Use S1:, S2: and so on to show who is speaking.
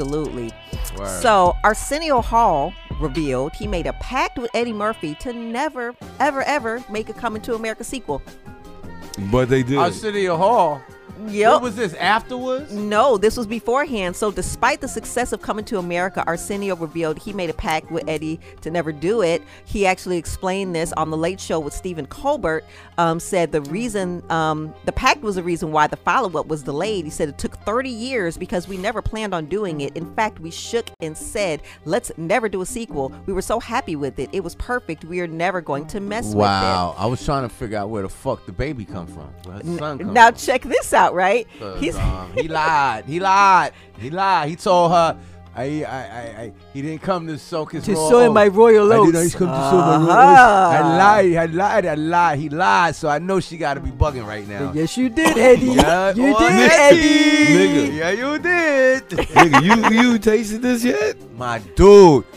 S1: Absolutely.
S2: Word.
S1: So Arsenio Hall revealed he made a pact with Eddie Murphy to never, ever, ever make a Coming to America sequel.
S3: But they did.
S2: Arsenio Hall.
S1: Yep.
S2: What was this afterwards?
S1: No, this was beforehand. So, despite the success of Coming to America, Arsenio revealed he made a pact with Eddie to never do it. He actually explained this on The Late Show with Stephen Colbert. Um, said the reason um, the pact was the reason why the follow up was delayed. He said it took 30 years because we never planned on doing it. In fact, we shook and said, "Let's never do a sequel." We were so happy with it; it was perfect. We are never going to mess with it.
S2: Wow, I was trying to figure out where the fuck the baby come from. Where his son come
S1: Now
S2: from.
S1: check this out, right?
S2: 'Cause,
S1: He's
S2: um, he lied. He lied. He lied. He told her, I, I, I, I he didn't come to soak his
S1: To
S2: royal
S1: sow in
S2: oats.
S1: my royal
S2: I didn't
S1: oats.
S2: know
S1: Ah.
S2: he's come to sow my royal oats. I lied. I lied. I lied. He lied. So I know she got to be bugging right now.
S1: yes, you did, Eddie.
S2: Yeah, Oh,
S1: you
S2: well,
S1: did, Eddie.
S3: Nigga.
S2: Yeah, you did.
S3: Nigga, you you tasted this yet?
S2: my dude.